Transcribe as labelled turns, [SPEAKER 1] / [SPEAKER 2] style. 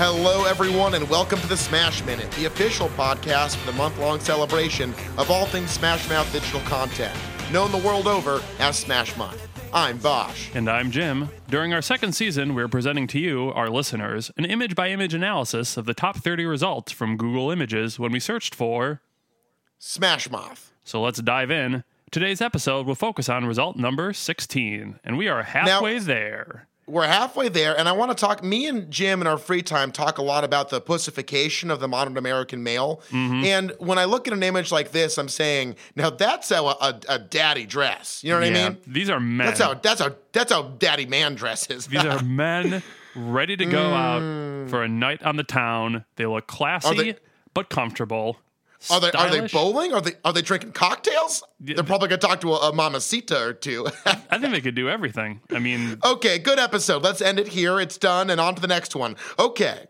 [SPEAKER 1] Hello, everyone, and welcome to the Smash Minute, the official podcast for the month long celebration of all things Smash Mouth digital content, known the world over as Smash Month. I'm Bosh.
[SPEAKER 2] And I'm Jim. During our second season, we're presenting to you, our listeners, an image by image analysis of the top 30 results from Google Images when we searched for.
[SPEAKER 1] Smash Moth.
[SPEAKER 2] So let's dive in. Today's episode will focus on result number 16, and we are halfway there.
[SPEAKER 1] We're halfway there, and I want to talk. Me and Jim in our free time talk a lot about the pussification of the modern American male.
[SPEAKER 2] Mm-hmm.
[SPEAKER 1] And when I look at an image like this, I'm saying, now that's how a, a, a daddy dress. You know what I mean?
[SPEAKER 2] these are men.
[SPEAKER 1] That's how that's how that's how daddy man dresses.
[SPEAKER 2] These are men ready to go out for a night on the town. They look classy
[SPEAKER 1] Mm. they-
[SPEAKER 2] but comfortable.
[SPEAKER 1] Are they are they
[SPEAKER 2] Stylish.
[SPEAKER 1] bowling? Are they are they drinking cocktails? They're probably gonna talk to a, a mamacita or two.
[SPEAKER 2] I think they could do everything. I mean,
[SPEAKER 1] okay, good episode. Let's end it here. It's done, and on to the next one. Okay,